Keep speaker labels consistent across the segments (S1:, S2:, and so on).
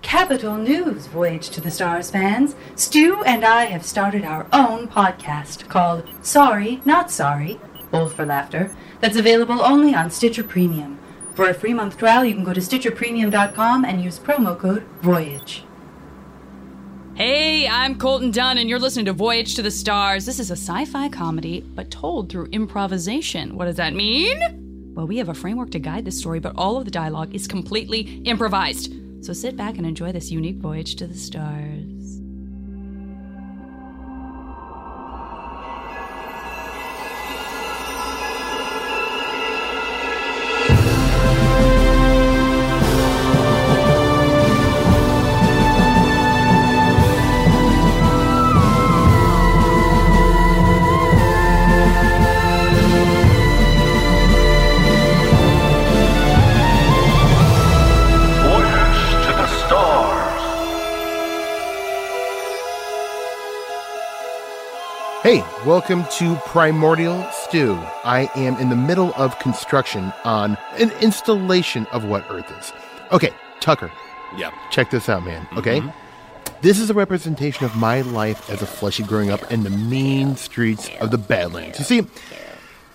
S1: Capital news, Voyage to the Stars fans. Stu and I have started our own podcast called Sorry, Not Sorry, Bold for Laughter, that's available only on Stitcher Premium. For a free month trial, you can go to StitcherPremium.com and use promo code VOYAGE.
S2: Hey, I'm Colton Dunn, and you're listening to Voyage to the Stars. This is a sci fi comedy, but told through improvisation. What does that mean? Well, we have a framework to guide the story, but all of the dialogue is completely improvised. So sit back and enjoy this unique voyage to the stars.
S3: Voyage to the stars.
S4: Hey, welcome to Primordial Stew. I am in the middle of construction on an installation of what Earth is. Okay, Tucker,
S5: Yeah. Mm-hmm.
S4: check this out, man. Okay? This is a representation of my life as a fleshy growing up in the mean streets of the Badlands. You see,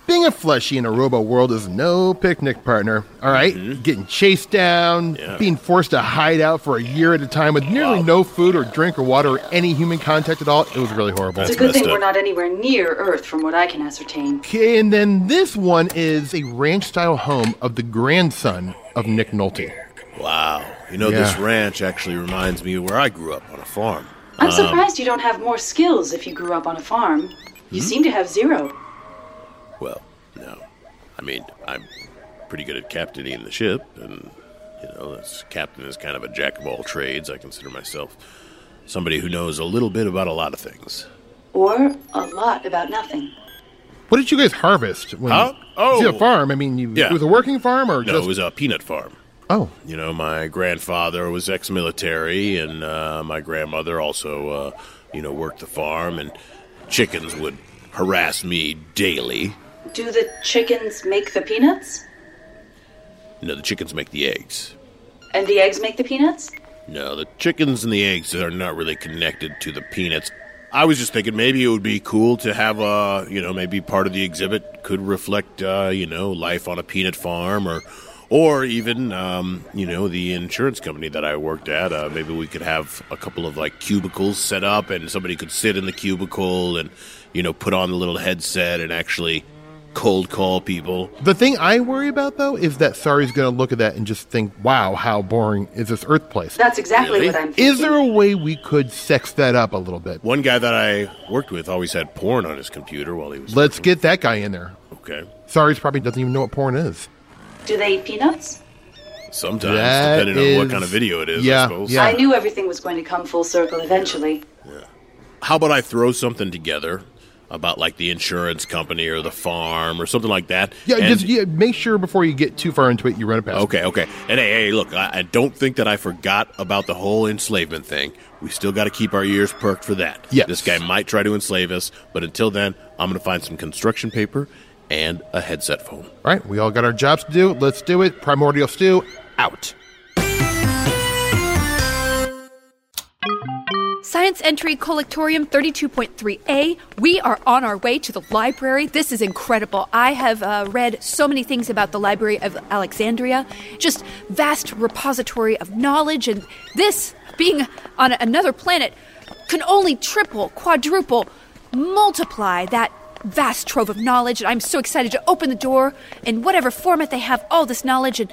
S4: being a fleshy in a robo world is no picnic partner, all right?
S5: Mm-hmm.
S4: Getting chased down, being forced to hide out for a year at a time with nearly no food or drink or water or any human contact at all, it was really horrible.
S1: It's a
S5: That's
S1: good
S5: messed
S1: thing
S5: up.
S1: we're not anywhere near Earth, from what I can ascertain.
S4: Okay, and then this one is a ranch style home of the grandson of Nick Nolte.
S5: Wow. You know, this
S4: Yeah.
S5: ranch actually reminds me of where I grew up on a farm.
S1: I'm surprised you don't have more skills if you grew up on a farm. You
S5: Hmm?
S1: seem to have zero.
S5: Well, no. I mean, I'm pretty good at captaining the ship, and, you know, this captain is kind of a jack of all trades. I consider myself somebody who knows a little bit about a lot of things.
S1: Or a lot about nothing.
S4: What did you guys harvest when
S5: Huh? Oh.
S4: you see a farm? I mean, you,
S5: Yeah.
S4: it was a working farm or
S5: No,
S4: just
S5: it was a peanut farm.
S4: oh,
S5: You know, my grandfather was ex military, and uh, my grandmother also, uh, you know, worked the farm, and chickens would harass me daily.
S1: Do the chickens make the peanuts?
S5: You know, the chickens make the eggs.
S1: And the eggs make the peanuts?
S5: No, the chickens and the eggs are not really connected to the peanuts. I was just thinking maybe it would be cool to have a, you know, maybe part of the exhibit could reflect, uh, you know, life on a peanut farm or, or even, um, you know, the insurance company that I worked at. Uh, maybe we could have a couple of like cubicles set up and somebody could sit in the cubicle and, you know, put on the little headset and actually cold call people.
S4: the thing I worry about though is that Sari's going to look at that and just think, "Wow, how boring is this Earth place?"
S1: That's exactly
S5: Really?
S1: what I'm thinking.
S4: Is there a way we could sex that up a little bit?
S5: One guy that I worked with always had porn on his computer while he was.
S4: Let's get that guy in there.
S5: Okay.
S4: Sari's probably doesn't even know what porn is.
S1: Do they eat peanuts?
S5: Sometimes,
S4: That
S5: depending on
S4: is-
S5: what kind of video it is,
S4: yeah,
S5: I suppose.
S4: yeah.
S1: I knew everything was going to come full circle eventually.
S5: How about I throw something together about like the insurance company or the farm or something like that?
S4: Yeah,
S5: and-
S4: just yeah, make sure before you get too far into it, you run it past.
S5: Okay, okay. And hey, hey, look, I, I don't think that I forgot about the whole enslavement thing. We still got to keep our ears perked for that.
S4: Yes.
S5: This guy might try to enslave us, but until then, I'm going to find some construction paper and a headset phone.
S4: All right, we all got our jobs to do. Let's do it. Primordial stew out.
S6: Science entry Collectorium 32.3a. We are on our way to the library. This is incredible. I have uh, read so many things about the Library of Alexandria, just vast repository of knowledge, and this, being on another planet, can only triple, quadruple, multiply that vast trove of knowledge. And I'm so excited to open the door in whatever format they have all this knowledge. And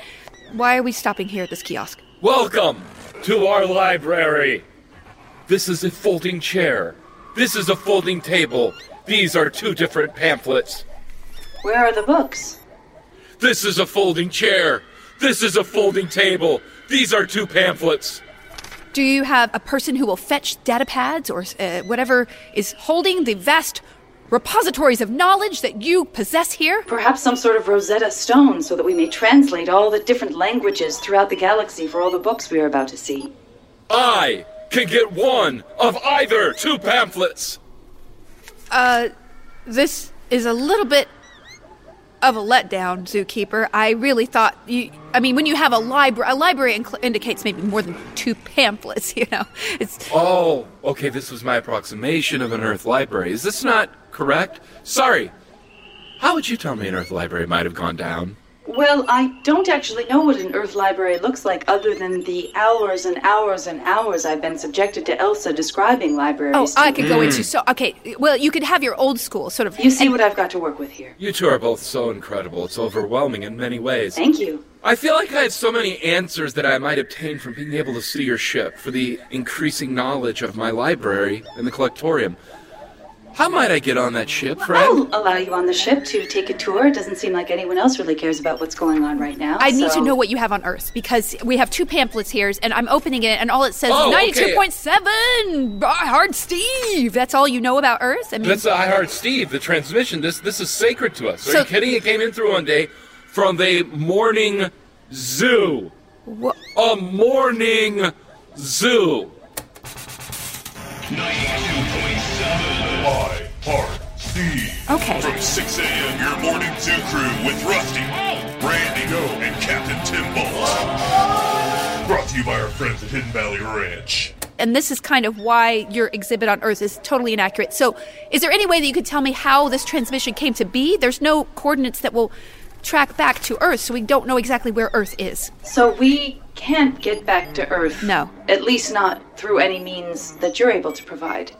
S6: why are we stopping here at this kiosk?
S7: Welcome to our library. This is a folding chair. This is a folding table. These are two different pamphlets.
S1: Where are the books?
S7: This is a folding chair. This is a folding table. These are two pamphlets.
S6: Do you have a person who will fetch data pads or uh, whatever is holding the vast repositories of knowledge that you possess here?
S1: Perhaps some sort of Rosetta Stone so that we may translate all the different languages throughout the galaxy for all the books we are about to see.
S7: I can get one of either two pamphlets.
S6: This is a little bit of a letdown, zookeeper. I really thought you. I mean, when you have a library, a library incl- indicates maybe more than two pamphlets. You know, it's
S7: Oh, okay, this was my approximation of an Earth library. Is this not correct? Sorry. How would you tell me an Earth library might have gone down?
S1: Well, I don't actually know what an Earth library looks like other than the hours and hours and hours I've been subjected to Elsa describing libraries.
S6: oh,
S1: to
S6: I
S1: me.
S6: could go into so okay. Well, you could have your old school sort of.
S1: Mm. You see what I've got to work with here.
S7: You two are both so incredible. It's overwhelming in many ways.
S1: Thank you.
S7: I feel like I have so many answers that I might obtain from being able to see your ship, for the increasing knowledge of my library and the collectorium. How might I get on that ship,
S1: I'll
S6: Oh!
S7: friend?
S1: allow you on the ship to take a tour. It doesn't seem like anyone else really cares about what's going on right now.
S6: I need
S1: so-
S6: to know what you have on Earth because we have two pamphlets here, and I'm opening it, and all it says
S7: Oh,
S6: is
S7: okay.
S6: ninety-two point seven. uh, Hard Steve. That's all you know about Earth. I mean,
S7: That's I Heart Steve, the transmission. This this is sacred to us. Are
S6: So-
S7: you kidding? It came in through one day from the morning zoo.
S6: wha-
S7: A morning zoo.
S8: I Heart Steve.
S6: Okay.
S8: From 6 a.m. your morning zoo crew with Rusty, Randy, and Captain Tim Bolt. Brought to you by our friends at Hidden Valley Ranch.
S6: and this is kind of why your exhibit on Earth is totally inaccurate. So, is there any way that you could tell me how this transmission came to be? There's no coordinates that will track back to Earth, so we don't know exactly where Earth is.
S1: So we can't get back to Earth.
S6: No.
S1: At least not through any means that you're able to provide.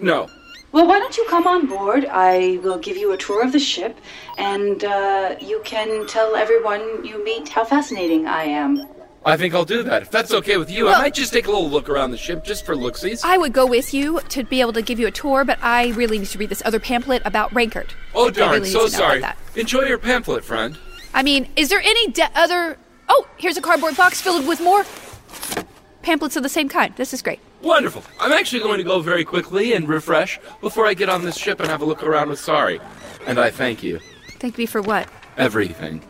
S7: No.
S1: Well, why don't you come on board? I will give you a tour of the ship, and uh, you can tell everyone you meet how fascinating I am.
S7: I think I'll do that. If that's okay with you, I
S6: Well-
S7: might just take a little look around the ship just for looksies.
S6: I would go with you to be able to give you a tour, but I really need to read this other pamphlet about Rankard.
S7: oh,
S6: I
S7: darn.
S6: really need
S7: so
S6: to know about
S7: sorry.
S6: that.
S7: Enjoy your pamphlet, friend.
S6: I mean, is there any de- other? Oh, here's a cardboard box filled with more pamphlets of the same kind. This is great.
S7: Wonderful. I'm actually going to go very quickly and refresh before I get on this ship and have a look around with Sorry. And I thank you.
S6: Thank you for what?
S7: Everything.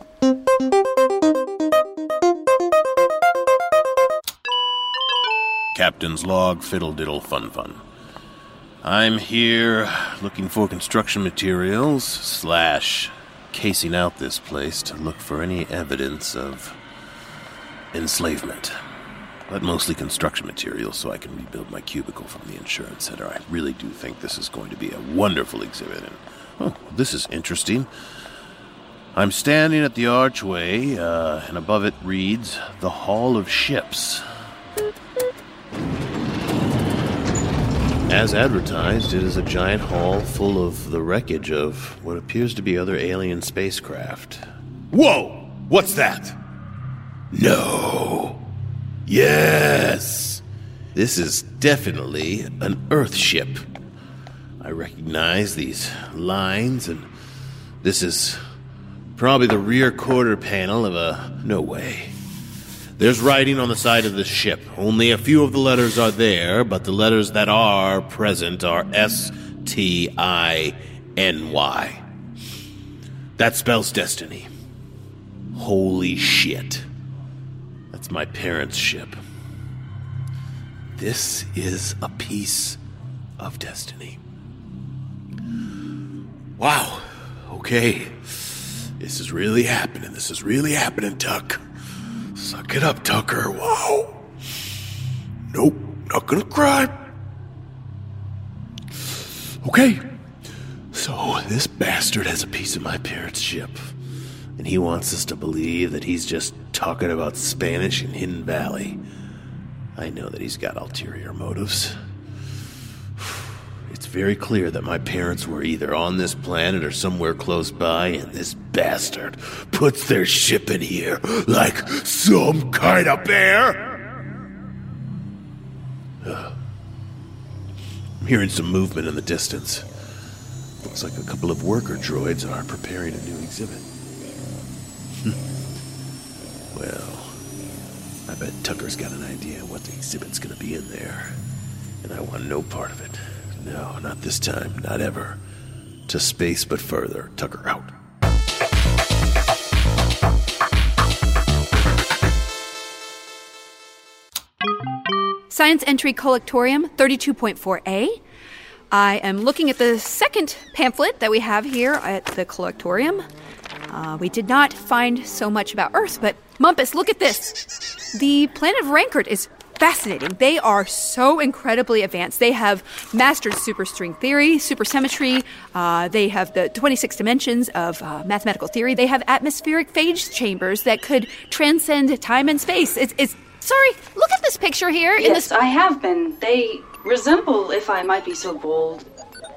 S5: Captain's log, fiddle diddle, fun fun. I'm here looking for construction materials slash casing out this place to look for any evidence of enslavement. But mostly construction materials so I can rebuild my cubicle from the insurance center. I really do think this is going to be a wonderful exhibit. And, oh, this is interesting. I'm standing at the archway, uh, and above it reads The Hall of Ships. As advertised, it is a giant hall full of the wreckage of what appears to be other alien spacecraft.
S3: Whoa! What's that?
S5: No! Yes! This is definitely an Earth ship. I recognize these lines, and this is probably the rear quarter panel of a. No way. There's writing on the side of the ship. Only a few of the letters are there, but the letters that are present are S T I N Y. That spells destiny. Holy shit. That's my parents' ship. This is a piece of destiny. Wow. Okay. This is really happening. This is really happening, Tuck. Suck it up, Tucker. Wow. Nope, not gonna cry. Okay. So, this bastard has a piece of my parents' ship. And he wants us to believe that he's just talking about Spanish in Hidden Valley. I know that he's got ulterior motives. It's very clear that my parents were either on this planet or somewhere close by, and this bastard puts their ship in here like some kind of bear. Ugh. I'm hearing some movement in the distance. Looks like a couple of worker droids are preparing a new exhibit. Hmm. Well, I bet Tucker's got an idea what the exhibit's gonna be in there. And I want no part of it. No, not this time, not ever. To space but further. Tucker out.
S6: Science Entry Collectorium 32.4a. I am looking at the second pamphlet that we have here at the collectorium. Uh, we did not find so much about Earth, but Mumpus, look at this. The planet of Rancard is fascinating. They are so incredibly advanced. They have mastered superstring theory, supersymmetry. Uh, they have the 26 dimensions of uh, mathematical theory. They have atmospheric phage chambers that could transcend time and space. It's, it's sorry. Look at this picture here. in
S1: Yes,
S6: this,
S1: I have been. They resemble, if I might be so bold,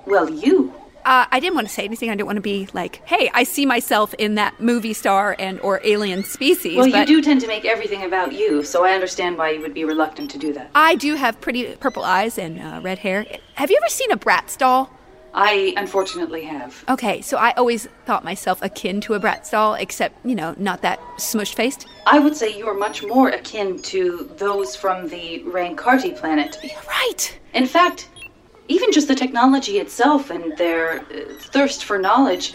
S1: well, you.
S6: uh, I didn't want to say anything. I didn't want to be like, "Hey, I see myself in that movie star and or alien species."
S1: Well, you
S6: but
S1: do tend to make everything about you, so I understand why you would be reluctant to do that.
S6: I do have pretty purple eyes and uh, red hair. Have you ever seen a Bratz doll?
S1: I unfortunately have.
S6: Okay, so I always thought myself akin to a Bratz doll, except you know, not that smush faced.
S1: I would say you are much more akin to those from the Rankarti planet.
S6: Right.
S1: In fact, even just the technology itself and their uh, thirst for knowledge,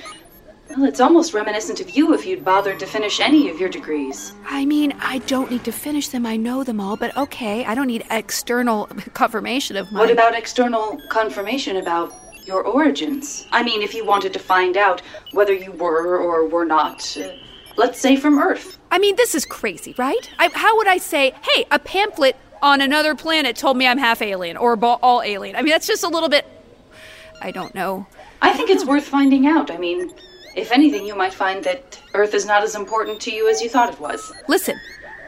S1: well, it's almost reminiscent of you if you'd bothered to finish any of your degrees.
S6: I mean, I don't need to finish them. I know them all, but okay, I don't need external confirmation of my.
S1: What about external confirmation about your origins? I mean, if you wanted to find out whether you were or were not, uh, let's say from Earth.
S6: I mean, this is crazy, right? I, how would I say, hey, a pamphlet on another planet told me I'm half alien or ba- all alien? I mean, that's just a little bit. I don't know.
S1: I think it's worth finding out. I mean, if anything, you might find that Earth is not as important to you as you thought it was.
S6: Listen,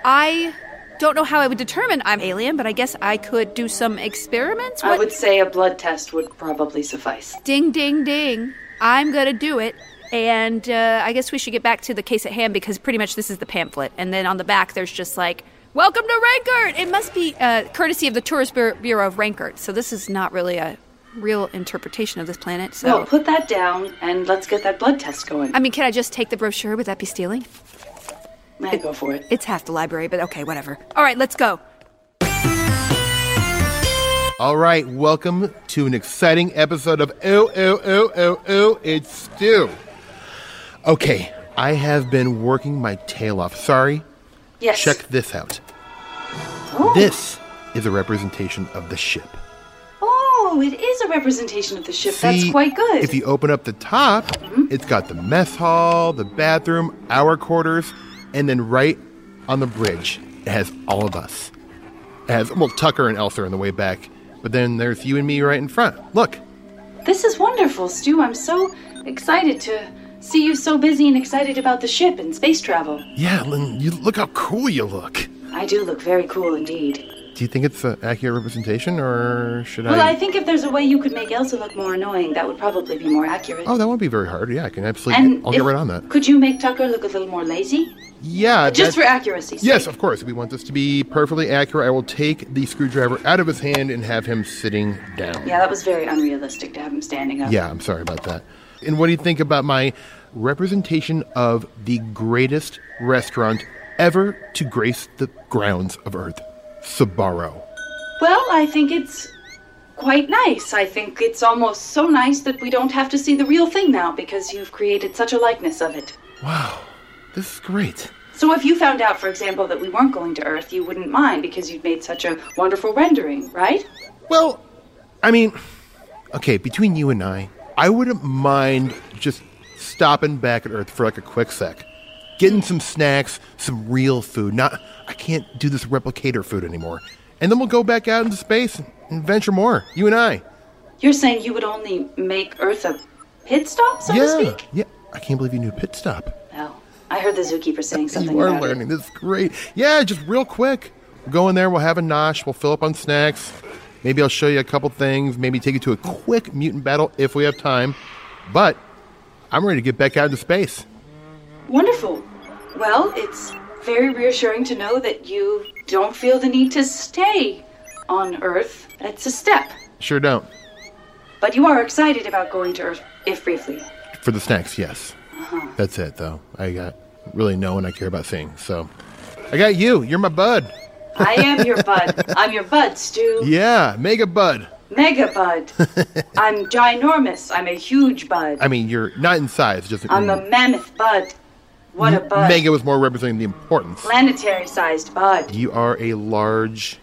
S6: I don't know how I would determine I'm alien, but I guess I could do some experiments.
S1: I
S6: What-
S1: would say a blood test would probably suffice.
S6: Ding, ding, ding. I'm going to do it. And uh, I guess we should get back to the case at hand because pretty much this is the pamphlet. And then on the back, there's just like, Welcome to Rancart! It must be uh, courtesy of the Tourist Bur- Bureau of Rancart. So this is not really a real interpretation of this planet. So,
S1: Well, put that down and let's get that blood test going.
S6: I mean, can I just take the brochure? Would that be stealing?
S1: I go for it.
S6: It's half the library, but okay, whatever. All right, let's go.
S4: All right, welcome to an exciting episode of Oh Oh Oh Oh Oh It's Stew. Okay, I have been working my tail off. Sorry,
S1: Yes.
S4: check this out. This is a representation of the ship.
S1: Oh, it is a representation of the ship. That's
S4: See,
S1: quite good. Mm-hmm.
S4: If you open up the top, it's got the mess hall, the bathroom, our quarters, and then right on the bridge, it has all of us. It has, well, Tucker and Elsa are on the way back, but then there's you and me right in front. Look,
S1: This is wonderful, Stu. I'm so excited to see you so busy and excited about the ship and space travel.
S4: yeah, Lynn, you look how cool you look. Do
S1: I do look very cool indeed.
S4: you think it's an accurate representation, or should
S1: Well,
S4: I?
S1: I think if there's a way you could make Elsa look more annoying, that would probably be more accurate.
S4: oh, that won't be very hard. Yeah, I can absolutely.
S1: and
S4: I'll get
S1: if-
S4: right on that.
S1: Could you make Tucker look a little more lazy?
S4: Yeah,
S1: Just for
S4: that-
S1: accuracy's
S4: Yes,
S1: sake.
S4: of course. We want this to be perfectly accurate. I will take the screwdriver out of his hand and have him sitting down.
S1: Yeah, that was very unrealistic to have him standing up.
S4: Yeah, I'm sorry about that. And what do you think about my representation of the greatest restaurant ever to grace the grounds of Earth? Sabaro.
S1: Well, I think it's quite nice. I think it's almost so nice that we don't have to see the real thing now because you've created such a likeness of it.
S4: Wow, this is great.
S1: So if you found out, for example, that we weren't going to Earth, you wouldn't mind because you'd made such a wonderful rendering, right?
S4: Well, I mean, okay, between you and I, I wouldn't mind just stopping back at Earth for like a quick sec, getting some snacks, some real food. Not, I can't do this replicator food anymore. And then we'll go back out into space and venture more. You and I.
S1: You're saying you would only make Earth a pit stop, so to
S4: yeah,
S1: speak?
S4: yeah. I can't believe you knew pit stop.
S1: Well, I heard the zookeeper saying something
S4: you are
S1: about it.
S4: learning. This is great. Yeah, just real quick. We'll go in there. We'll have a nosh. We'll fill up on snacks. Maybe I'll show you a couple things. Maybe take you to a quick mutant battle if we have time. But I'm ready to get back out into space.
S1: Wonderful. Well, it's very reassuring to know that you don't feel the need to stay on Earth. That's a step.
S4: Sure don't.
S1: But you are excited about going to Earth, if briefly.
S4: For the snacks, yes.
S1: Uh-huh.
S4: That's it, though. I got really no one I care about seeing. So I got you. You're my bud.
S1: I am your bud. I'm your bud, Stu.
S4: Yeah, mega bud.
S1: Mega bud. I'm ginormous. I'm a huge bud.
S4: I mean, you're not in size, just
S1: I'm a mammoth bud. What a bud.
S4: mega was more representing the importance.
S1: Planetary sized bud.
S4: You are a large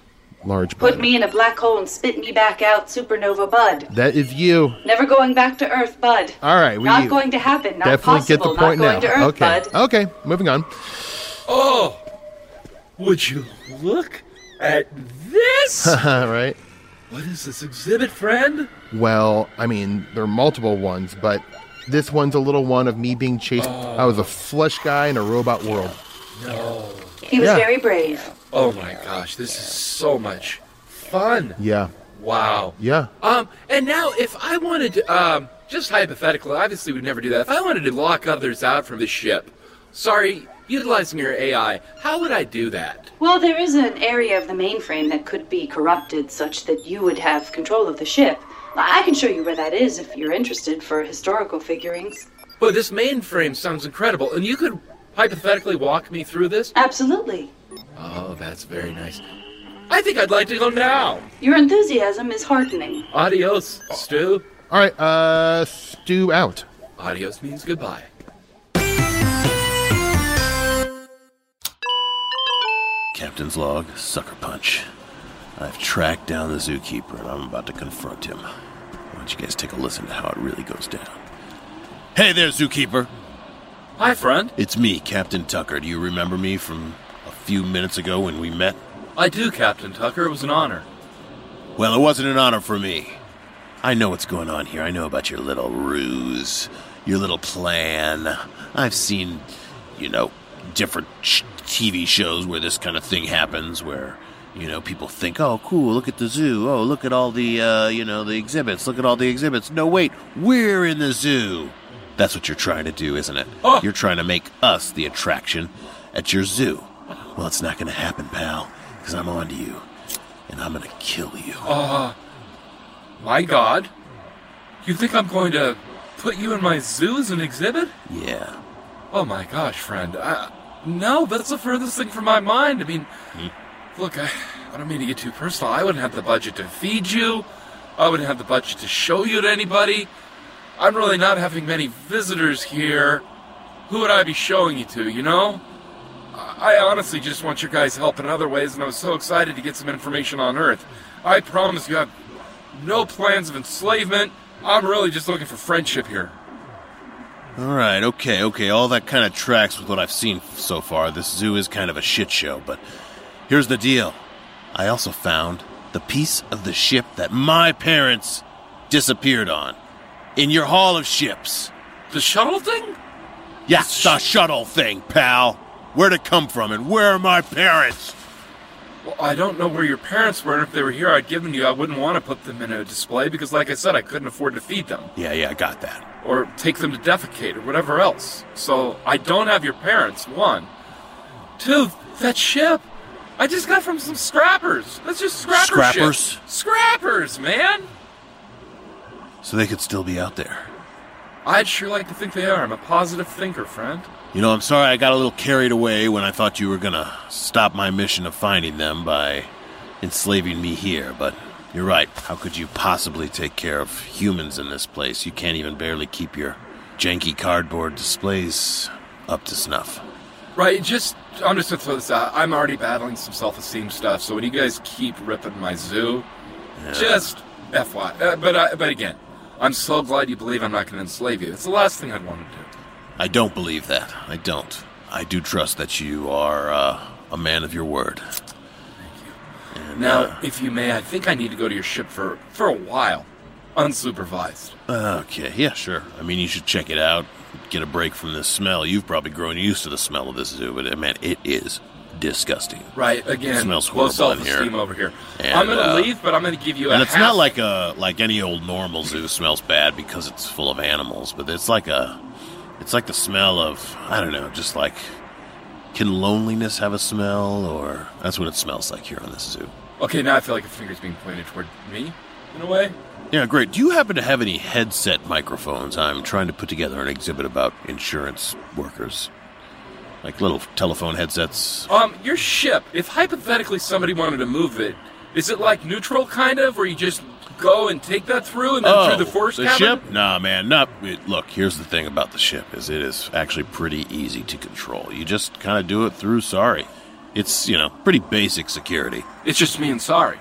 S4: large
S1: Put
S4: bud.
S1: me in a black hole and spit me back out, Supernova Bud.
S4: that is you.
S1: Never going back to Earth, Bud.
S4: All right, we
S1: Not going to happen. Not
S4: definitely
S1: possible.
S4: get the point
S1: Not going
S4: now.
S1: to Earth,
S4: okay,
S1: Bud.
S4: okay, moving on.
S7: Oh, would you look at this?
S4: All right.
S7: what is this exhibit, friend?
S4: Well, I mean, there are multiple ones, but this one's a little one of me being chased. I was a flesh guy in a robot world.
S1: He was
S4: Yeah.
S1: very brave.
S7: Oh my gosh, this is so much fun.
S4: Yeah,
S7: Wow.
S4: yeah.
S7: Um, and now if I wanted to, um, just hypothetically, obviously we'd never do that. If I wanted to lock others out from the ship, sorry, utilizing your AI, how would I do that?
S1: Well, there is an area of the mainframe that could be corrupted such that you would have control of the ship. I I can show you where that is if you're interested for historical figurings.
S7: Boy, this mainframe sounds incredible, and you could hypothetically walk me through this?
S1: Absolutely.
S7: Oh, that's very nice. I think I'd like to go now.
S1: Your enthusiasm is heartening.
S7: Adios, Stu.
S4: All right, uh, stew out.
S7: Adios means goodbye.
S5: Captain's log, sucker punch. I've tracked down the zookeeper and I'm about to confront him. Why don't you guys take a listen to how it really goes down? Hey there, zookeeper.
S7: Hi, friend.
S5: It's me, Captain Tucker. Do you remember me from a few minutes ago when we met?
S7: I do, Captain Tucker. It was an honor.
S5: Well, it wasn't an honor for me. I know what's going on here. I know about your little ruse, your little plan. I've seen, you know, different sh- TV shows where this kind of thing happens, where, you know, people think, oh, cool, look at the zoo. Oh, look at all the, uh, you know, the exhibits. Look at all the exhibits. No, wait, we're in the zoo. That's what you're trying to do, isn't it?
S7: Oh.
S5: You're trying to make us the attraction at your zoo. Well, it's not going to happen, pal, because I'm on to you, and I'm going to kill you.
S7: My God. You think I'm going to put you in my zoo as an exhibit?
S5: Yeah.
S7: Oh my gosh, friend. I, no, that's the furthest thing from my mind. I mean, look, I, I don't mean to get too personal. I wouldn't have the budget to feed you. I wouldn't have the budget to show you to anybody. I'm really not having many visitors here. Who would I be showing you to, you know? I I honestly just want your guys' help in other ways, and I was so excited to get some information on Earth. I promise you, I have no plans of enslavement. I'm really just looking for friendship here.
S5: All right, okay, okay. All that kind of tracks with what I've seen so far. This zoo is kind of a shit show, but here's the deal. I also found the piece of the ship that my parents disappeared on in your hall of ships.
S7: The shuttle thing?
S5: Yeah, the shuttle thing, pal. Where'd it come from and where are my parents?
S7: Well, I don't know where your parents were, and if they were here, I'd given you. I wouldn't want to put them in a display because, like I said, I couldn't afford to feed them
S5: Yeah, yeah, I got that.
S7: or take them to defecate or whatever else. So I don't have your parents. One, two. That ship, I just got from some scrappers. That's just scrapper
S5: Scrappers?
S7: Shit. Scrappers, man.
S5: So they could still be out there.
S7: I'd sure like to think they are. I'm a positive thinker, friend.
S5: You know, I'm sorry I got a little carried away when I thought you were gonna stop my mission of finding them by enslaving me here, but you're right. How could you possibly take care of humans in this place? You can't even barely keep your janky cardboard displays up to snuff.
S7: Right, just I'm just gonna throw this out. I'm already battling some self-esteem stuff, so when you guys keep ripping my zoo, just FY. Uh, but I, but again, I'm so glad you believe I'm not gonna enslave you. It's the last thing I'd want to do.
S5: I don't believe that. I don't. I do trust that you are uh, a man of your word.
S7: Now, if you may, I think I need to go to your ship for for a while, unsupervised.
S5: Okay, yeah, sure. I mean, you should check it out, get a break from this smell. You've probably grown used to the smell of this zoo, but uh, man, it is disgusting.
S7: Right, again,
S5: smells
S7: low
S5: horrible in
S7: self-esteem
S5: here.
S7: over here.
S5: And,
S7: I'm gonna
S5: uh,
S7: leave, but I'm gonna give you a.
S5: And it's
S7: half-
S5: not like a like any old normal zoo smells bad because it's full of animals, but it's like a it's like the smell of I don't know, just like can loneliness have a smell or that's what it smells like here on this zoo.
S7: Okay, now I feel like a finger's being pointed toward me, in a way.
S5: Yeah, great. Do you happen to have any headset microphones? I'm trying to put together an exhibit about insurance workers. Like little telephone headsets.
S7: Um, your ship, if hypothetically somebody wanted to move it, is it like neutral kind of, where you just go and take that through and then through the force cabin?
S5: Oh, ship? Nah, man. Not it, look. Here's the thing about the ship is it is actually pretty easy to control. You just kind of do it through. Sorry, It's, you know, pretty basic security.
S7: It's just me and sorry.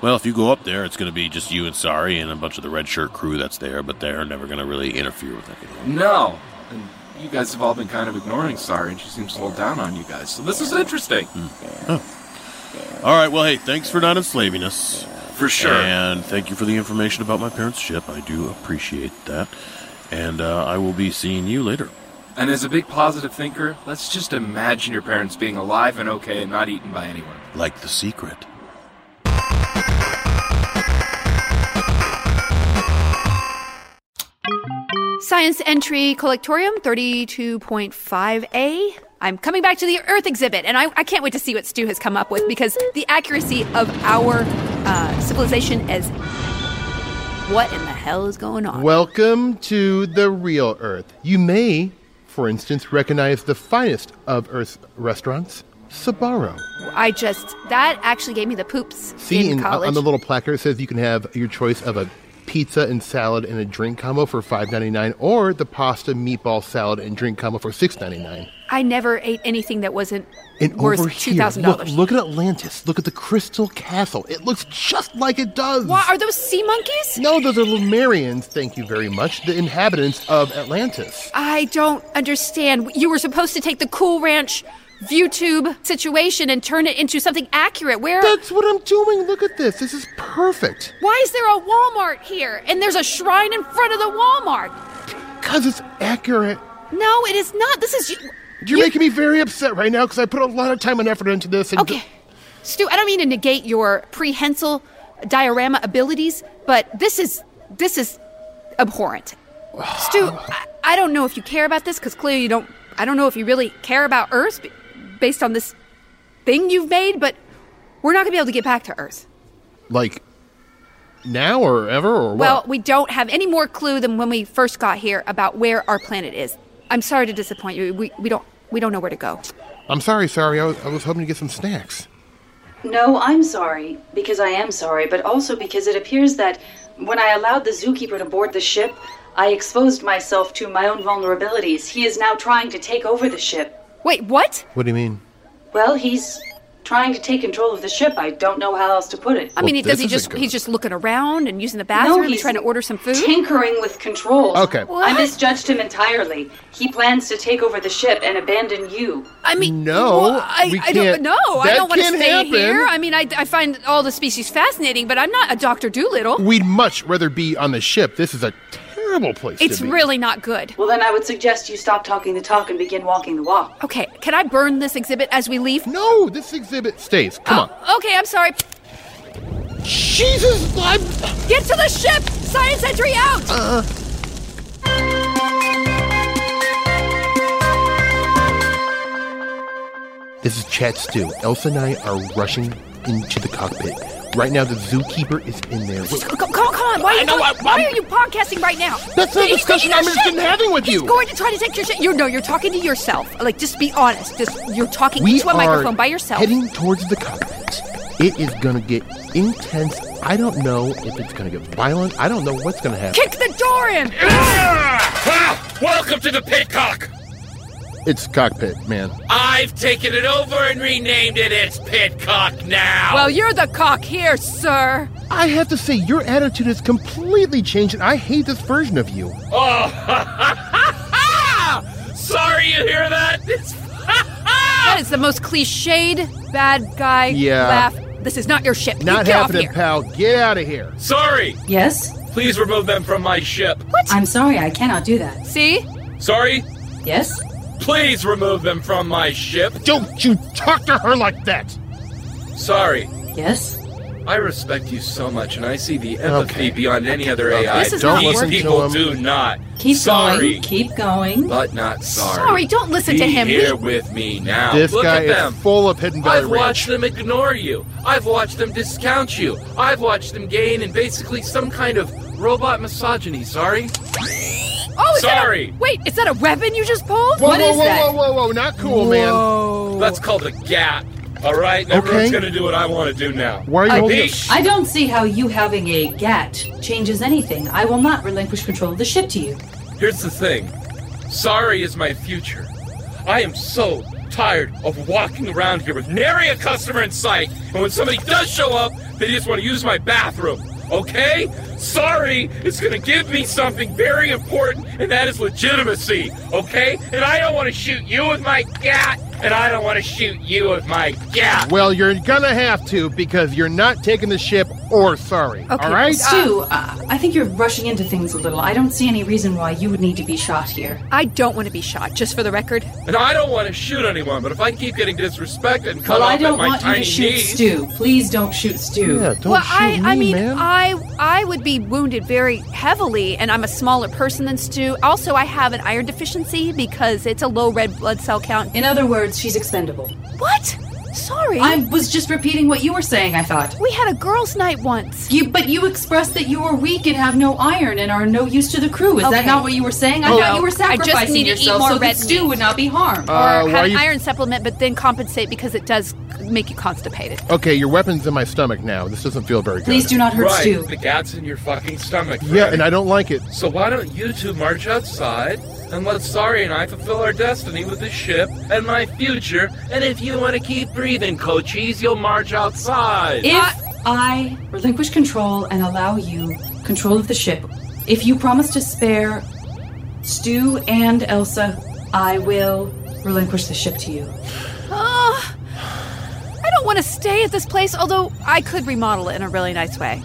S5: Well, if you go up there, it's going to be just you and Sari and a bunch of the red shirt crew that's there, but they're never going to really interfere with anything.
S7: No. And you guys have all been kind of ignoring sorry, and she seems to hold down on you guys. So this is interesting.
S5: All right, well, hey, thanks for not enslaving us.
S7: For sure.
S5: And thank you for the information about my parents' ship. I do appreciate that. And uh, I will be seeing you later.
S7: And as a big positive thinker, let's just imagine your parents being alive and okay and not eaten by anyone.
S5: Like the secret.
S6: Science entry collectorium 32.5A. I'm coming back to the Earth exhibit, and I, I can't wait to see what Stu has come up with because the accuracy of our uh, civilization is. What in the hell is going on?
S4: Welcome to the real Earth. You may, for instance, recognize the finest of Earth's restaurants, Sabaro.
S6: I just. That actually gave me the poops
S4: See,
S6: in
S4: in-
S6: college.
S4: on the little placard it says you can have your choice of a pizza and salad and a drink combo for $5.99 or the pasta, meatball, salad, and drink combo for $6.99.
S6: I never ate anything that wasn't
S4: And
S6: worth
S4: over
S6: two
S4: here,
S6: thousand
S4: look,
S6: dollars.
S4: look at Atlantis. Look at the Crystal Castle. It looks just like it does.
S6: What Uh, are those sea monkeys?
S4: No, those are Lumerians, thank you very much, the inhabitants of Atlantis.
S6: I don't understand. You were supposed to take the Cool Ranch ViewTube situation and turn it into something accurate. Where?
S4: That's what I'm doing. Look at this. This is perfect.
S6: why is there a Walmart here? And there's a shrine in front of the Walmart.
S4: Because it's accurate.
S6: No, it is not. This is.
S4: You're making me very upset right now because I put a lot of time and effort into this. And
S6: Okay, Stu. I don't mean to negate your prehensile diorama abilities, but this is this is abhorrent. Stu, I, I don't know if you care about this because clearly you don't. I don't know if you really care about Earth b- based on this thing you've made, but we're not going to be able to get back to Earth.
S4: Like, now or ever or
S6: Well,
S4: what?
S6: we don't have any more clue than when we first got here about where our planet is. I'm sorry to disappoint you. We, we don't we don't know where to go.
S4: I'm sorry, sorry. I was, I was hoping to get some snacks.
S1: No, I'm sorry, because I am sorry, but also because it appears that when I allowed the zookeeper to board the ship, I exposed myself to my own vulnerabilities. He is now trying to take over the ship.
S6: Wait, what?
S4: What do you mean?
S1: Well, he's trying to take control of the ship. I don't know how else to put it.
S6: I mean, he
S4: this
S6: does he
S4: isn't
S6: just
S4: good.
S6: he's just looking around and using the bathroom and
S1: he's
S6: trying to order some food?
S1: Tinkering with controls.
S4: Okay.
S1: I misjudged him entirely. He plans to take over the ship and abandon you.
S6: I mean,
S4: No,
S6: well, I,
S4: we
S6: I don't
S4: can't-
S6: know. I
S4: that
S6: don't want to
S4: can't
S6: stay
S4: happen.
S6: here. I mean, I, I find all the species fascinating, but I'm not a Doctor Doolittle.
S4: We'd much rather be on the ship. This is a terrible place
S6: It's
S4: to be.
S6: really not good.
S1: Well, then I would suggest you stop talking the talk and begin walking the walk.
S6: Okay, can I burn this exhibit as we leave?
S4: No, this exhibit stays. Come on.
S6: Okay, I'm sorry.
S4: Jesus, I'm.
S6: Get to the ship! Science entry out!
S4: This is Chat Stew. Elsa and I are rushing into the cockpit. Right now, the zookeeper is in there. Wait,
S6: Come, come on, come on. Why, are you
S4: know,
S6: talking-
S4: I-
S6: why
S4: I'm-
S6: are you podcasting right now?
S4: That's not a
S6: He's
S4: discussion
S6: taking
S4: I'm
S6: your
S4: interested in
S6: shit.
S4: having with
S6: He's
S4: you.
S6: going to try to take your shit. You know, you're talking to yourself. Like, just be honest. Just you're talking
S4: we
S6: to a
S4: are
S6: microphone by yourself.
S4: heading towards the cockpit. It is going to get intense. I don't know if it's going to get violent. I don't know what's going to happen.
S6: Kick the door in.
S7: Ah! Welcome to the Pitcock!
S4: It's cockpit, man.
S7: I've taken it over and renamed it. It's Pitcock now.
S6: Well, you're the cock here, sir.
S4: I have to say, your attitude has completely changed, and I hate this version of you.
S7: Ah! Sorry you hear that. It's
S6: That is the most cliched bad guy
S4: Yeah.
S6: laugh. This is not your ship. You
S4: Not
S6: Get off
S4: happening,
S6: here.
S4: pal. Get out of here.
S7: sorry.
S9: Yes?
S7: Please remove them from my ship.
S9: I'm sorry, I cannot do that.
S6: See?
S7: Sorry.
S9: Yes?
S7: Please remove them from my ship.
S4: Don't you talk to her like that.
S7: Sorry.
S9: Yes?
S7: I respect you so much, and I see the empathy
S4: Okay.
S7: beyond any other AI.
S6: This is
S4: Don't
S6: not
S7: These
S4: listen to
S7: people
S4: him.
S7: do not.
S9: Keep
S7: sorry,
S9: going. Keep going.
S7: but not sorry.
S6: Sorry, don't listen
S7: Be
S6: to him.
S7: Here
S6: We-
S7: with me now.
S4: This
S7: Look
S4: guy
S7: at
S4: is
S7: them.
S4: full of Hidden Valley
S7: I've
S4: Ranch.
S7: watched them ignore you. I've watched them discount you. I've watched them gain in basically some kind of robot misogyny. Sorry.
S6: Oh, is
S7: Sorry.
S6: That a, wait, is that a weapon you just pulled?
S4: Whoa,
S6: What
S4: whoa,
S6: is
S4: whoa,
S6: that?
S4: whoa, whoa, whoa, not cool, man.
S7: That's called a gap. All right, everyone's
S4: Okay.
S7: gonna do what I want to do now.
S4: Why are you
S9: I-
S4: holding
S7: Peace.
S9: I don't see how you having a GAT changes anything. I will not relinquish control of the ship to you.
S7: Here's the thing. Sorry is my future. I am so tired of walking around here with nary a customer in sight, and when somebody does show up, they just want to use my bathroom. Okay? Sorry it's gonna give me something very important, and that is legitimacy. Okay? And I don't want to shoot you with my gat, and I don't want to shoot you with my gat.
S4: Well, you're gonna have to because you're not taking the ship or sorry.
S6: Okay,
S4: all right?
S9: Stu, uh, I think you're rushing into things a little. I don't see any reason why you would need to be shot here.
S6: I don't want to be shot, just for the record.
S7: And I don't want to shoot anyone, but if I keep getting disrespected and cut
S9: Well, I
S7: off
S9: don't
S7: at my
S9: want you
S7: tiny
S9: to shoot
S7: knees,
S9: Stu. Please don't shoot Stu.
S4: Yeah, don't
S6: well,
S4: shoot
S6: I,
S4: me,
S6: I mean,
S4: man.
S6: I I would be wounded very heavily, and I'm a smaller person than Stu. Also, I have an iron deficiency because it's a low red blood cell count.
S9: In other words, she's expendable.
S6: What? Sorry,
S9: I was just repeating what you were saying, I thought.
S6: we had a girls' night once.
S9: You, but you expressed that you were weak and have no iron and are no use to the crew. Is that
S6: Okay.
S9: not what you were saying? I thought you were
S6: I just need
S9: sacrificing
S6: to eat
S9: yourself
S6: more
S9: so
S6: red
S9: that Stu
S6: meat.
S9: would not be harmed.
S4: Uh,
S6: or
S4: why
S6: have an
S4: you-
S6: iron supplement, but then compensate because it does make you constipated.
S4: okay, your weapon's in my stomach now. This doesn't feel very good.
S9: Please do not hurt
S7: right,
S9: Stu.
S7: the gat's in your fucking stomach.
S4: Yeah,
S7: Fred.
S4: and I don't like it.
S7: So why don't you two march outside and let Sari and I fulfill our destiny with this ship and my future? And if you want to keep breathing, Cochise, you'll march outside.
S6: Uh,
S9: If I relinquish control and allow you control of the ship, if you promise to spare Stu and Elsa, I will relinquish the ship to you.
S6: Ugh. I don't want to stay at this place, although I could remodel it in a really nice way.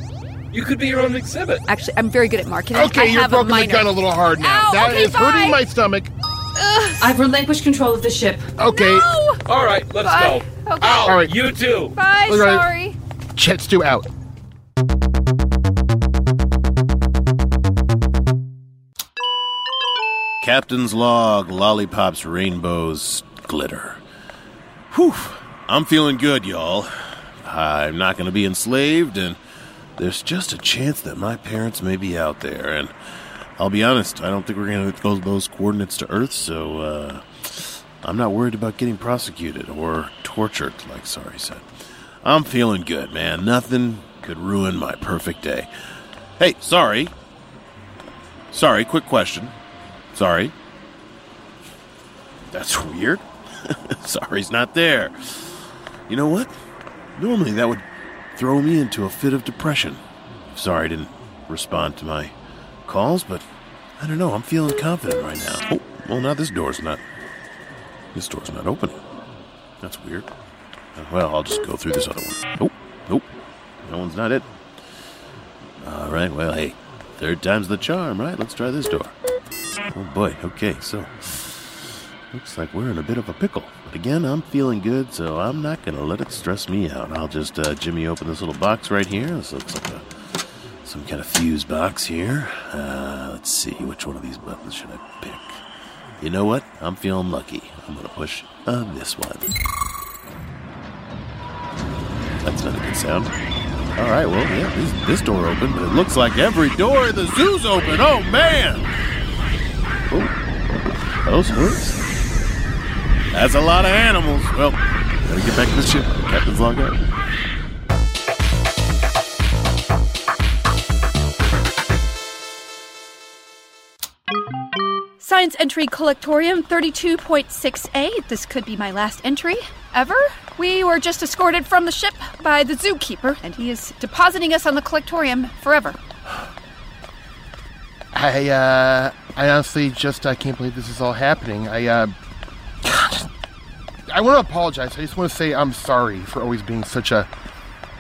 S7: you could be your own exhibit.
S6: Actually, I'm very good at marketing. I
S4: Okay, you're
S6: have a
S4: broken the
S6: minor.
S4: gun a little hard now.
S6: Ow,
S4: That is
S6: okay,
S4: hurting
S6: fine.
S4: my stomach.
S9: I've relinquished control of the ship.
S4: Okay,
S6: Oh, No!
S7: All right, let's
S6: Bye.
S7: go.
S6: Okay.
S7: Out,
S4: All right.
S7: you two.
S6: Bye,
S4: All right.
S6: sorry.
S4: Chet Stew out.
S5: Captain's log, lollipops, rainbows, glitter. Whew. I'm feeling good, y'all. I'm not going to be enslaved, and there's just a chance that my parents may be out there. And I'll be honest, I don't think we're going to go those coordinates to Earth, so uh, I'm not worried about getting prosecuted or tortured, like Sorry said. I'm feeling good, man. Nothing could ruin my perfect day. Hey, sorry. Sorry, quick question. Sorry. That's weird. Sorry's not there. You know what? Normally that would throw me into a fit of depression. Sorry I didn't respond to my calls, but I don't know. I'm feeling confident right now. Oh, well, now this door's not. This door's not opening. That's weird. Uh, Well, I'll just go through this other one. Nope. Nope. That one's not it. All right. Well, hey. Third time's the charm, right? Let's try this door. Oh boy, okay, so looks like we're in a bit of a pickle. But again, I'm feeling good, so I'm not gonna let it stress me out. I'll just uh, jimmy open this little box right here. This looks like a, some kind of fuse box here. Uh, let's see, which one of these buttons should I pick? You know what? I'm feeling lucky. I'm gonna push uh, this one. That's not a good sound. All right, well, yeah, this, this door open, but it looks like every door in the zoo's open. Oh man! Those hooves? That's a lot of animals. Well, gotta get back to the ship. Captain's log out.
S6: Science entry collectorium 32.6a. This could be my last entry ever. We were just escorted from the ship by the zookeeper, and he is depositing us on the collectorium forever.
S4: I uh, I honestly just I can't believe this is all happening. I uh, I want to apologize. I just want to say I'm sorry for always being such a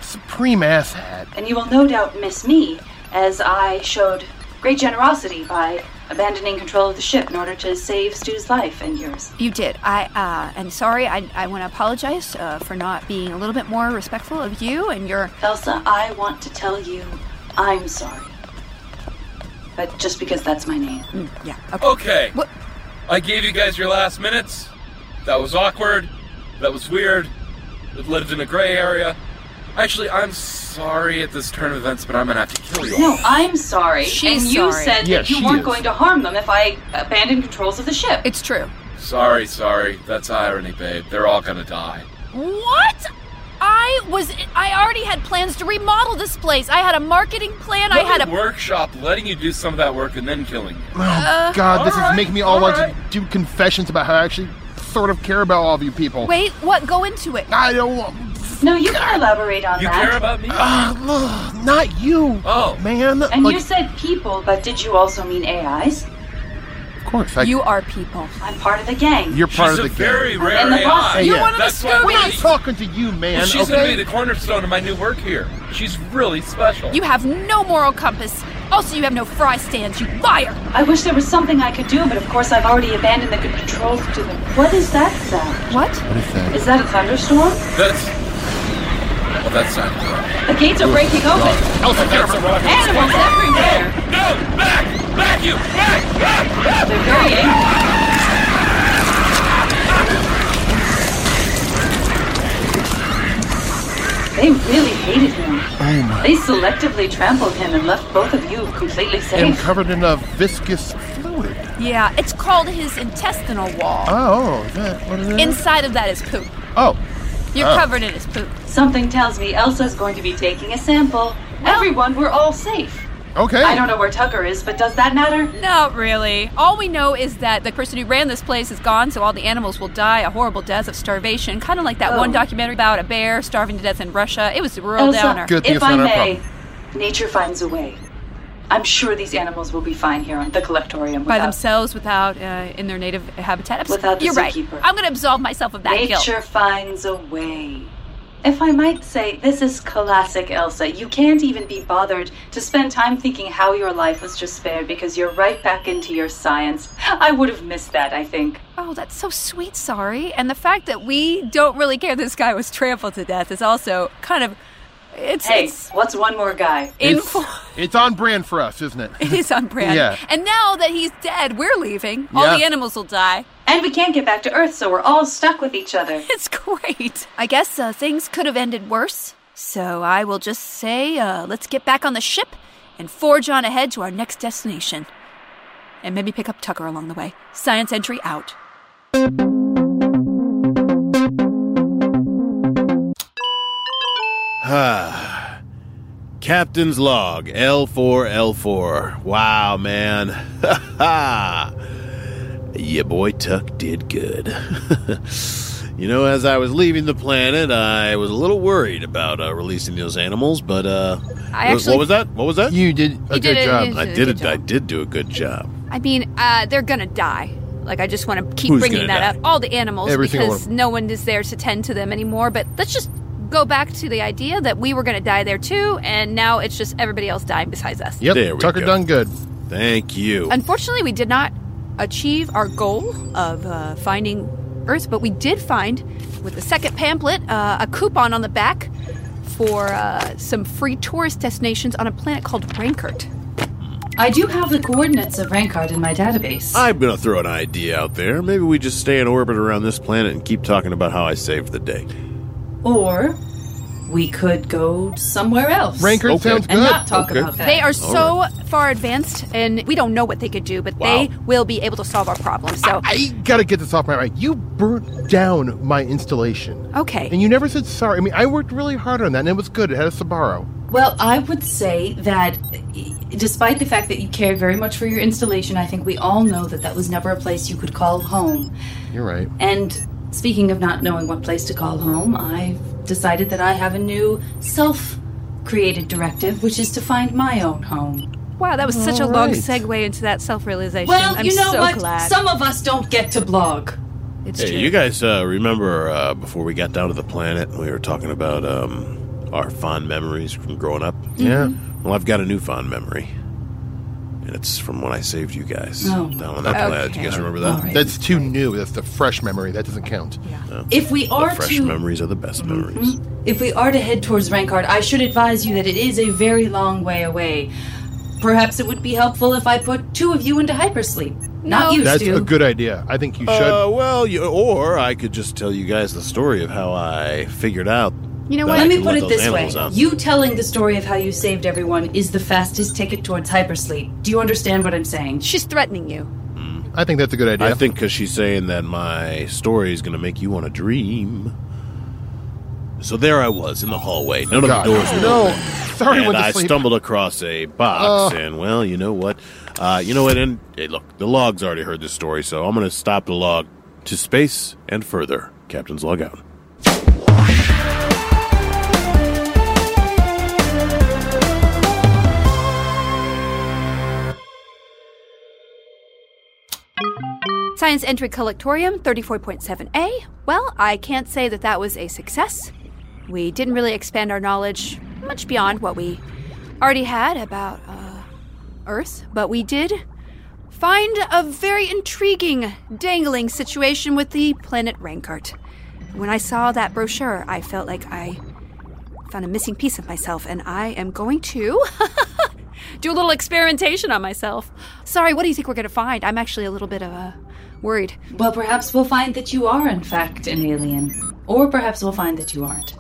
S4: supreme asshat.
S1: and you will no doubt miss me, as I showed great generosity by abandoning control of the ship in order to save Stu's life and yours.
S6: You did. I uh, am sorry. I, I want to apologize uh, for not being a little bit more respectful of you and your.
S1: Elsa, I want to tell you I'm sorry. But just because that's my name.
S6: Yeah. Okay.
S7: Okay.
S6: What?
S7: I gave you guys your last minutes. That was awkward. That was weird. It lived in a gray area. Actually, I'm sorry at this turn of events, but I'm gonna have to kill you all.
S1: No, I'm sorry.
S6: She's
S1: and you
S6: sorry.
S1: said
S4: Yeah,
S1: that you
S4: she
S1: weren't
S4: is.
S1: going to harm them if I abandoned controls of the ship.
S6: It's true.
S7: Sorry, sorry. That's irony, babe. They're all gonna die.
S6: What? I was. I already had plans to remodel this place. I had a marketing plan. I had
S7: Let
S6: a.
S7: me workshop letting you do some of that work and then killing you.
S4: God, this is
S7: alright,
S4: making me all want
S7: alright.
S4: to do confessions about how I actually sort of care about all of you people.
S6: Wait, what? Go into it.
S4: I don't want.
S1: No, you can elaborate on
S7: You
S1: that.
S7: care about me?
S4: Ah, ugh, not you.
S7: Oh.
S4: man.
S1: and
S4: like,
S1: you said people, but did you also mean AIs?
S4: of course. I,
S6: You are people.
S1: I'm part of the gang.
S4: you're part
S7: She's
S4: of
S7: a
S4: the
S7: very
S4: gang.
S7: rare
S1: And the boss-
S7: AI.
S4: Hey, You're yeah. one
S6: of the
S7: That's why we-
S4: We're not talking to you, man.
S7: She's
S4: okay?
S7: gonna be the cornerstone of my new work here. She's really special.
S6: You have no moral compass. Also, you have no fry stands, you liar!
S1: I wish there was something I could do, but of course I've already abandoned the controls to the. What is that sound?
S6: What?
S4: What is that?
S1: Is that a thunderstorm?
S7: That's. Well, that's not good.
S1: The gates are breaking open.
S7: Elsa, get her from
S1: Animals everywhere.
S7: No! Back! Back you! Back! Back! back.
S1: They're very angry. They really hated him. They selectively trampled him and left both of you completely
S4: I'm
S1: safe.
S4: covered in a viscous fluid.
S6: Yeah, it's called his intestinal wall.
S4: Oh, is that what it is?
S6: Inside of that is poop.
S4: oh,
S6: You're
S4: Oh.
S6: covered in his poop.
S1: Something tells me Elsa's going to be taking a sample. Everyone, we're all safe.
S4: okay.
S1: I don't know where Tucker is, but does that matter?
S6: Not really. All we know is that the person who ran this place is gone, so all the animals will die a horrible death of starvation, kind of like that
S1: Oh.
S6: one documentary about a bear starving to death in Russia. It was a real
S1: Elsa,
S6: downer.
S4: Good thing
S1: if
S4: it's
S1: I
S4: not our
S1: may, nature finds a way. I'm sure these animals will be fine here on the Collectorium
S6: By
S1: without-
S6: themselves, without uh, in their native habitat. I'm s-
S1: Without the
S6: You're right.
S1: zookeeper.
S6: I'm going to absolve myself of that guilt.
S1: Nature finds a way. If I might say, this is classic Elsa. You can't even be bothered to spend time thinking how your life was just spared because you're right back into your science. I would have missed that, I think.
S6: Oh, that's so sweet, sorry. And the fact that we don't really care this guy was trampled to death is also kind of. It's.
S1: Hey,
S6: It's,
S1: what's one more guy?
S4: It's,
S6: info-
S4: it's on brand for us, isn't it?
S6: it is on brand.
S4: Yeah.
S6: And now that he's dead, we're leaving. All
S4: Yeah.
S6: the animals will die.
S1: And we can't get back to Earth, so we're all stuck with each other.
S6: It's great. I guess uh, things could have ended worse. So I will just say, uh, let's get back on the ship and forge on ahead to our next destination. And maybe pick up Tucker along the way. Science entry out.
S5: Captain's log, L4L4. Wow, man. Ha ha. Yeah, boy, Tuck did good. you know, as I was leaving the planet, I was a little worried about uh, releasing those animals, but uh,
S10: I
S5: what-
S10: actually-
S5: what was that? What was that?
S4: You did a
S10: You
S4: good
S10: did it.
S4: job.
S10: You
S5: I
S10: did a
S5: did
S10: good
S5: it. I
S10: job.
S5: did do a good job.
S10: I mean, uh, they're gonna die. Like, I just want to keep
S5: Who's
S10: bringing
S5: gonna
S10: that
S5: die?
S10: up. All the animals,
S4: Every single one
S10: because
S4: of 'em.
S10: no one is there to tend to them anymore. But let's just go back to the idea that we were gonna die there too, and now it's just everybody else dying besides us.
S4: Yep,
S5: There we
S4: Tucker
S5: go.
S4: done good.
S5: Thank you.
S10: Unfortunately, we did not achieve our goal of uh, finding Earth, but we did find, with the second pamphlet, uh, a coupon on the back for uh, some free tourist destinations on a planet called Rankert.
S9: I do have the coordinates of Rankard in my database.
S5: I'm gonna throw an idea out there. Maybe we just stay in orbit around this planet and keep talking about how I saved the day.
S9: or we could go somewhere else.
S4: Ranker
S5: Okay.
S4: sounds
S9: and
S4: good.
S9: not talk
S5: Okay.
S9: about that.
S10: They are so far advanced, and we don't know what they could do, but they will be able to solve our problem. So,
S4: I gotta get this off my mind. You burnt down my installation.
S6: Oh.
S10: okay.
S4: And you never said sorry. I mean, I worked really hard on that, and it was good. It had a Sabaro.
S9: Well, I would say that eh, despite the fact that you cared very much for your installation, I think we all know that that was never a place you could call home.
S4: You're right.
S9: And speaking of not knowing what place to call home, I've decided that I have a new self created directive, which is to find my own home.
S10: Wow, that was such a long
S4: right.
S10: segue into that self realization.
S9: Well,
S10: I'm
S9: you know
S10: so
S9: what?
S10: glad.
S9: Some of us don't get to blog.
S10: it's
S5: Hey,
S10: true.
S5: you guys uh, remember uh, before we got down to the planet, we were talking about um, our fond memories from growing up?
S9: Mm-hmm.
S4: Yeah.
S5: Well, I've got a new fond memory. And it's from when I saved you guys
S9: Oh.
S5: down on that planet. You guys remember
S9: All
S5: that?
S9: right.
S4: That's too new. That's the fresh memory. That doesn't count.
S9: If we
S5: The
S9: are
S5: fresh
S9: to
S5: memories are the best
S9: Mm-hmm.
S5: memories.
S9: if we are to head towards Rankard, I should advise you that it is a very long way away. Perhaps it would be helpful if I put two of you into hypersleep. Not you,
S4: That's
S9: Stu.
S4: a good idea. I think you should.
S5: Uh, well, you, or I could just tell you guys the story of how I figured out.
S10: You know
S5: that
S10: what?
S5: I
S9: Let me
S5: could
S9: put it
S5: those
S9: this way.
S5: animals out.
S9: You telling the story of how you saved everyone is the fastest ticket towards hypersleep. Do you understand what I'm saying?
S10: She's threatening you.
S4: I think that's a good idea.
S5: I think because she's saying that my story is going to make you want to dream. So there I was in the hallway. None of
S4: God.
S5: the doors were
S4: No.
S5: open.
S4: Sorry,
S5: and
S4: went to
S5: I
S4: sleep.
S5: stumbled across a box, and well, you know what? Uh, you know what? And hey, look, the log's already heard this story, so I'm going to stop the log, to space and further. Captain's log out.
S6: Science entry collectorium 34.7a. Well, I can't say that that was a success. We didn't really expand our knowledge much beyond what we already had about uh, Earth, but we did find a very intriguing, dangling situation with the planet Rankart. When I saw that brochure, I felt like I found a missing piece of myself, and I am going to do a little experimentation on myself. Sorry, what do you think we're going to find? I'm actually a little bit of uh, worried.
S11: Well, perhaps we'll find that you are, in fact, an alien. Or perhaps we'll find that you aren't.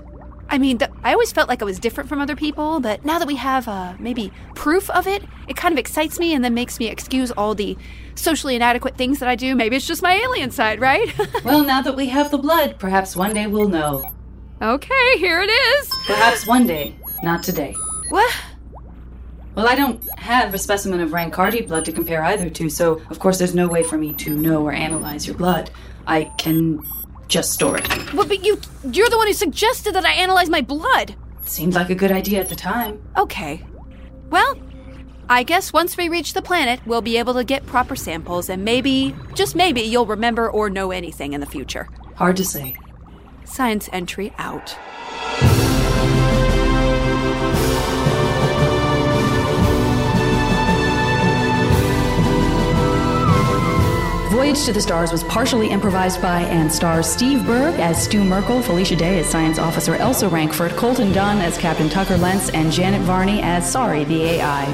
S6: I mean, th- I always felt like I was different from other people, but now that we have uh, maybe proof of it, it kind of excites me and then makes me excuse all the socially inadequate things that I do. Maybe it's just my alien side, right?
S11: well, now that we have the blood, perhaps one day we'll know.
S6: Okay, here it is.
S11: Perhaps one day, not today.
S6: What?
S11: Well, I don't have a specimen of Rancardi blood to compare either to, so of course there's no way for me to know or analyze your blood. I can just store it.
S6: Well, but you you're the one who suggested that I analyze my blood.
S11: Seemed like a good idea at the time.
S6: Okay. Well, I guess once we reach the planet, we'll be able to get proper samples and maybe, just maybe, you'll remember or know anything in the future.
S11: Hard to say.
S6: Science entry out.
S1: Voyage to the Stars was partially improvised by and stars Steve Berg as Stu Merkel, Felicia Day as Science Officer Elsa Rankford, Colton Dunn as Captain Tucker Lentz, and Janet Varney as Sorry the AI.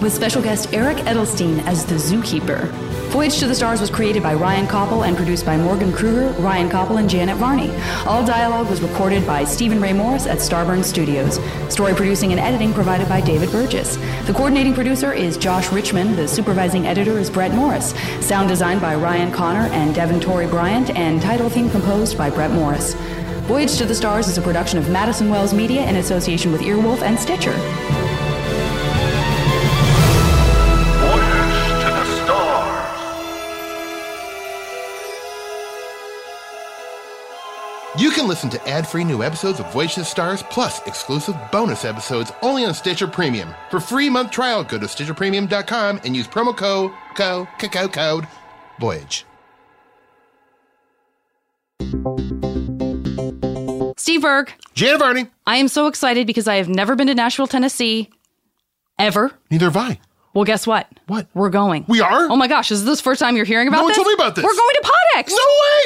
S1: With special guest Eric Edelstein as the Zookeeper. Voyage to the Stars was created by Ryan Koppel and produced by Morgan Kruger, Ryan Koppel, and Janet Varney. All dialogue was recorded by Stephen Ray Morris at Starburn Studios. Story producing and editing provided by David Burgess. The coordinating producer is Josh Richmond. The supervising editor is Brett Morris. Sound design by Ryan Connor and Devin Torrey Bryant, and title theme composed by Brett Morris. Voyage to the Stars is a production of Madison Wells Media in association with Earwolf and Stitcher.
S3: Voyage to the stars.
S4: You can listen to ad-free new episodes of Voyage to the Stars plus exclusive bonus episodes only on Stitcher Premium. For free month trial, go to stitcherpremium.com and use promo code co co co code voyage.
S1: Steve Berg,
S4: Janet Varney,
S1: I am so excited because I have never been to Nashville, Tennessee, ever.
S4: neither have I.
S1: Well, guess what?
S4: What?
S1: We're going.
S4: We are?
S1: Oh my gosh, is this the first time you're hearing about
S4: No one
S1: this?
S4: told me about this.
S1: We're going to Podex.
S4: No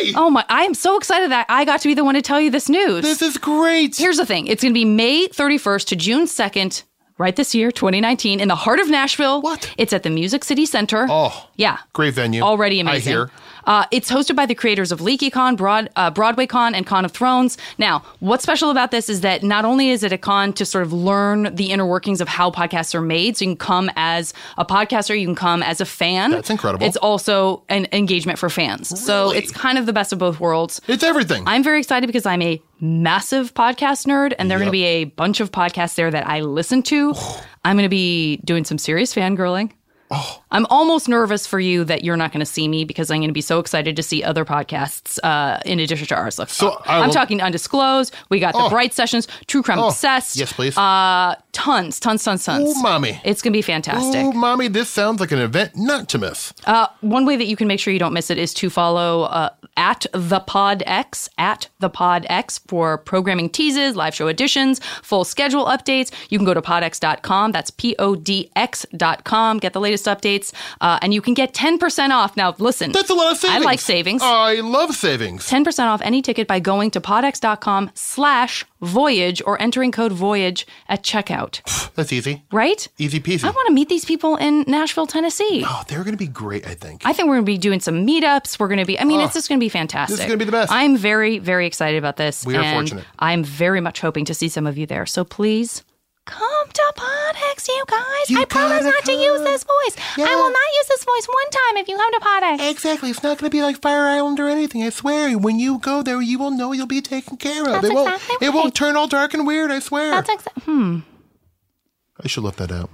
S4: way!
S1: Oh my, I am so excited that I got to be the one to tell you this news.
S4: This is great.
S1: Here's the thing. It's going to be May 31st to June 2nd, right this year, 2019, in the heart of Nashville.
S4: What?
S1: It's at the Music City Center.
S4: Oh.
S1: Yeah.
S4: Great venue.
S1: Already
S4: I
S1: amazing.
S4: hear.
S1: Uh, it's hosted by the creators of LeakyCon, Broad, uh, BroadwayCon, and Con of Thrones. Now, what's special about this is that not only is it a con to sort of learn the inner workings of how podcasts are made, so you can come as a podcaster, you can come as a fan.
S4: That's incredible.
S1: It's also an engagement for fans. So
S4: Really?
S1: it's kind of the best of both worlds.
S4: It's everything.
S1: I'm very excited because I'm a massive podcast nerd, and there are going to
S4: Yep.
S1: be a bunch of podcasts there that I listen to. I'm going to be doing some serious fangirling.
S4: Oh.
S1: I'm almost nervous for you that you're not going to see me because I'm going to be so excited to see other podcasts uh, in addition to ours. Look, uh,
S4: So, I
S1: I'm
S4: will-
S1: talking Undisclosed. We got the Bright Sessions, True Crime
S4: Oh,
S1: Obsessed.
S4: Yes, please.
S1: Uh, tons, tons, tons, tons.
S4: Ooh, mommy.
S1: It's going to be fantastic.
S4: Ooh, mommy, this sounds like an event not to miss.
S1: One way that you can make sure you don't miss it is to follow uh, at the Pod X at the Pod X for programming teases, live show editions, full schedule updates. You can go to podx.com. That's p o d x dot com. Get the latest updates, uh, and you can get ten percent off. Now, listen,
S4: That's a lot of savings. Oh.
S1: I like savings.
S4: I love savings.
S1: 10% off any ticket by going to podx.com slash voyage or entering code voyage at checkout.
S4: That's easy.
S1: Right?
S4: Easy peasy.
S1: I want to meet these people in Nashville, Tennessee.
S4: oh, they're going to be great, I think.
S1: I think we're going to be doing some meetups. We're going to be, I mean, it's just going to be fantastic.
S4: Ah, This is gonna be the best.
S1: I'm very, very excited about this.
S4: We are
S1: and
S4: fortunate.
S1: I'm very much hoping to see some of you there. So please come to Podex, you guys.
S4: You
S1: I promise
S4: gotta
S1: not to use
S4: come.
S1: this voice. I
S4: Yeah.
S1: will not use this voice one time if you come to Podex.
S4: Exactly. It's not going to be like Fire Island or anything. I swear. When you go there, you will know you'll be taken care of. it won't.
S1: exactly
S4: It
S1: right.
S4: won't turn all dark and weird. I swear.
S1: That's exa- hmm.
S4: I should left that out.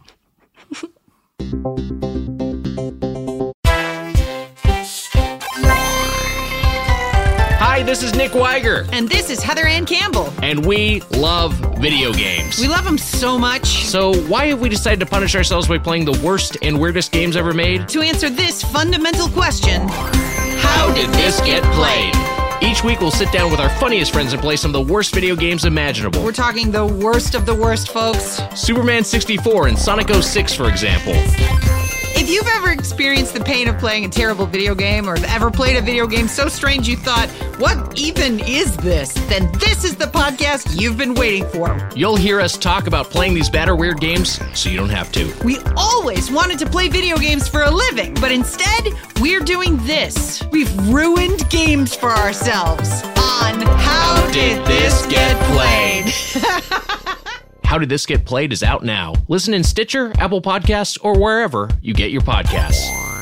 S12: Hi, this is Nick Weiger.
S13: And this is Heather Ann Campbell.
S12: And we love video games.
S13: We love them so much.
S12: So, why have we decided to punish ourselves by playing the worst and weirdest games ever made?
S13: To answer this fundamental question
S12: How did this get played? Each week, we'll sit down with our funniest friends and play some of the worst video games imaginable.
S13: We're talking the worst of the worst, folks.
S12: Superman 64 and Sonic 06, for example.
S13: If you've ever experienced the pain of playing a terrible video game or have ever played a video game so strange you thought, what even is this? Then this is the podcast you've been waiting for.
S12: You'll hear us talk about playing these bad or weird games so you don't have to.
S13: We always wanted to play video games for a living, but instead, we're doing this. We've ruined games for ourselves on How,
S12: How Did This Get Played? How Did This Get Played is out now. Listen in Stitcher, Apple Podcasts, or wherever you get your podcasts.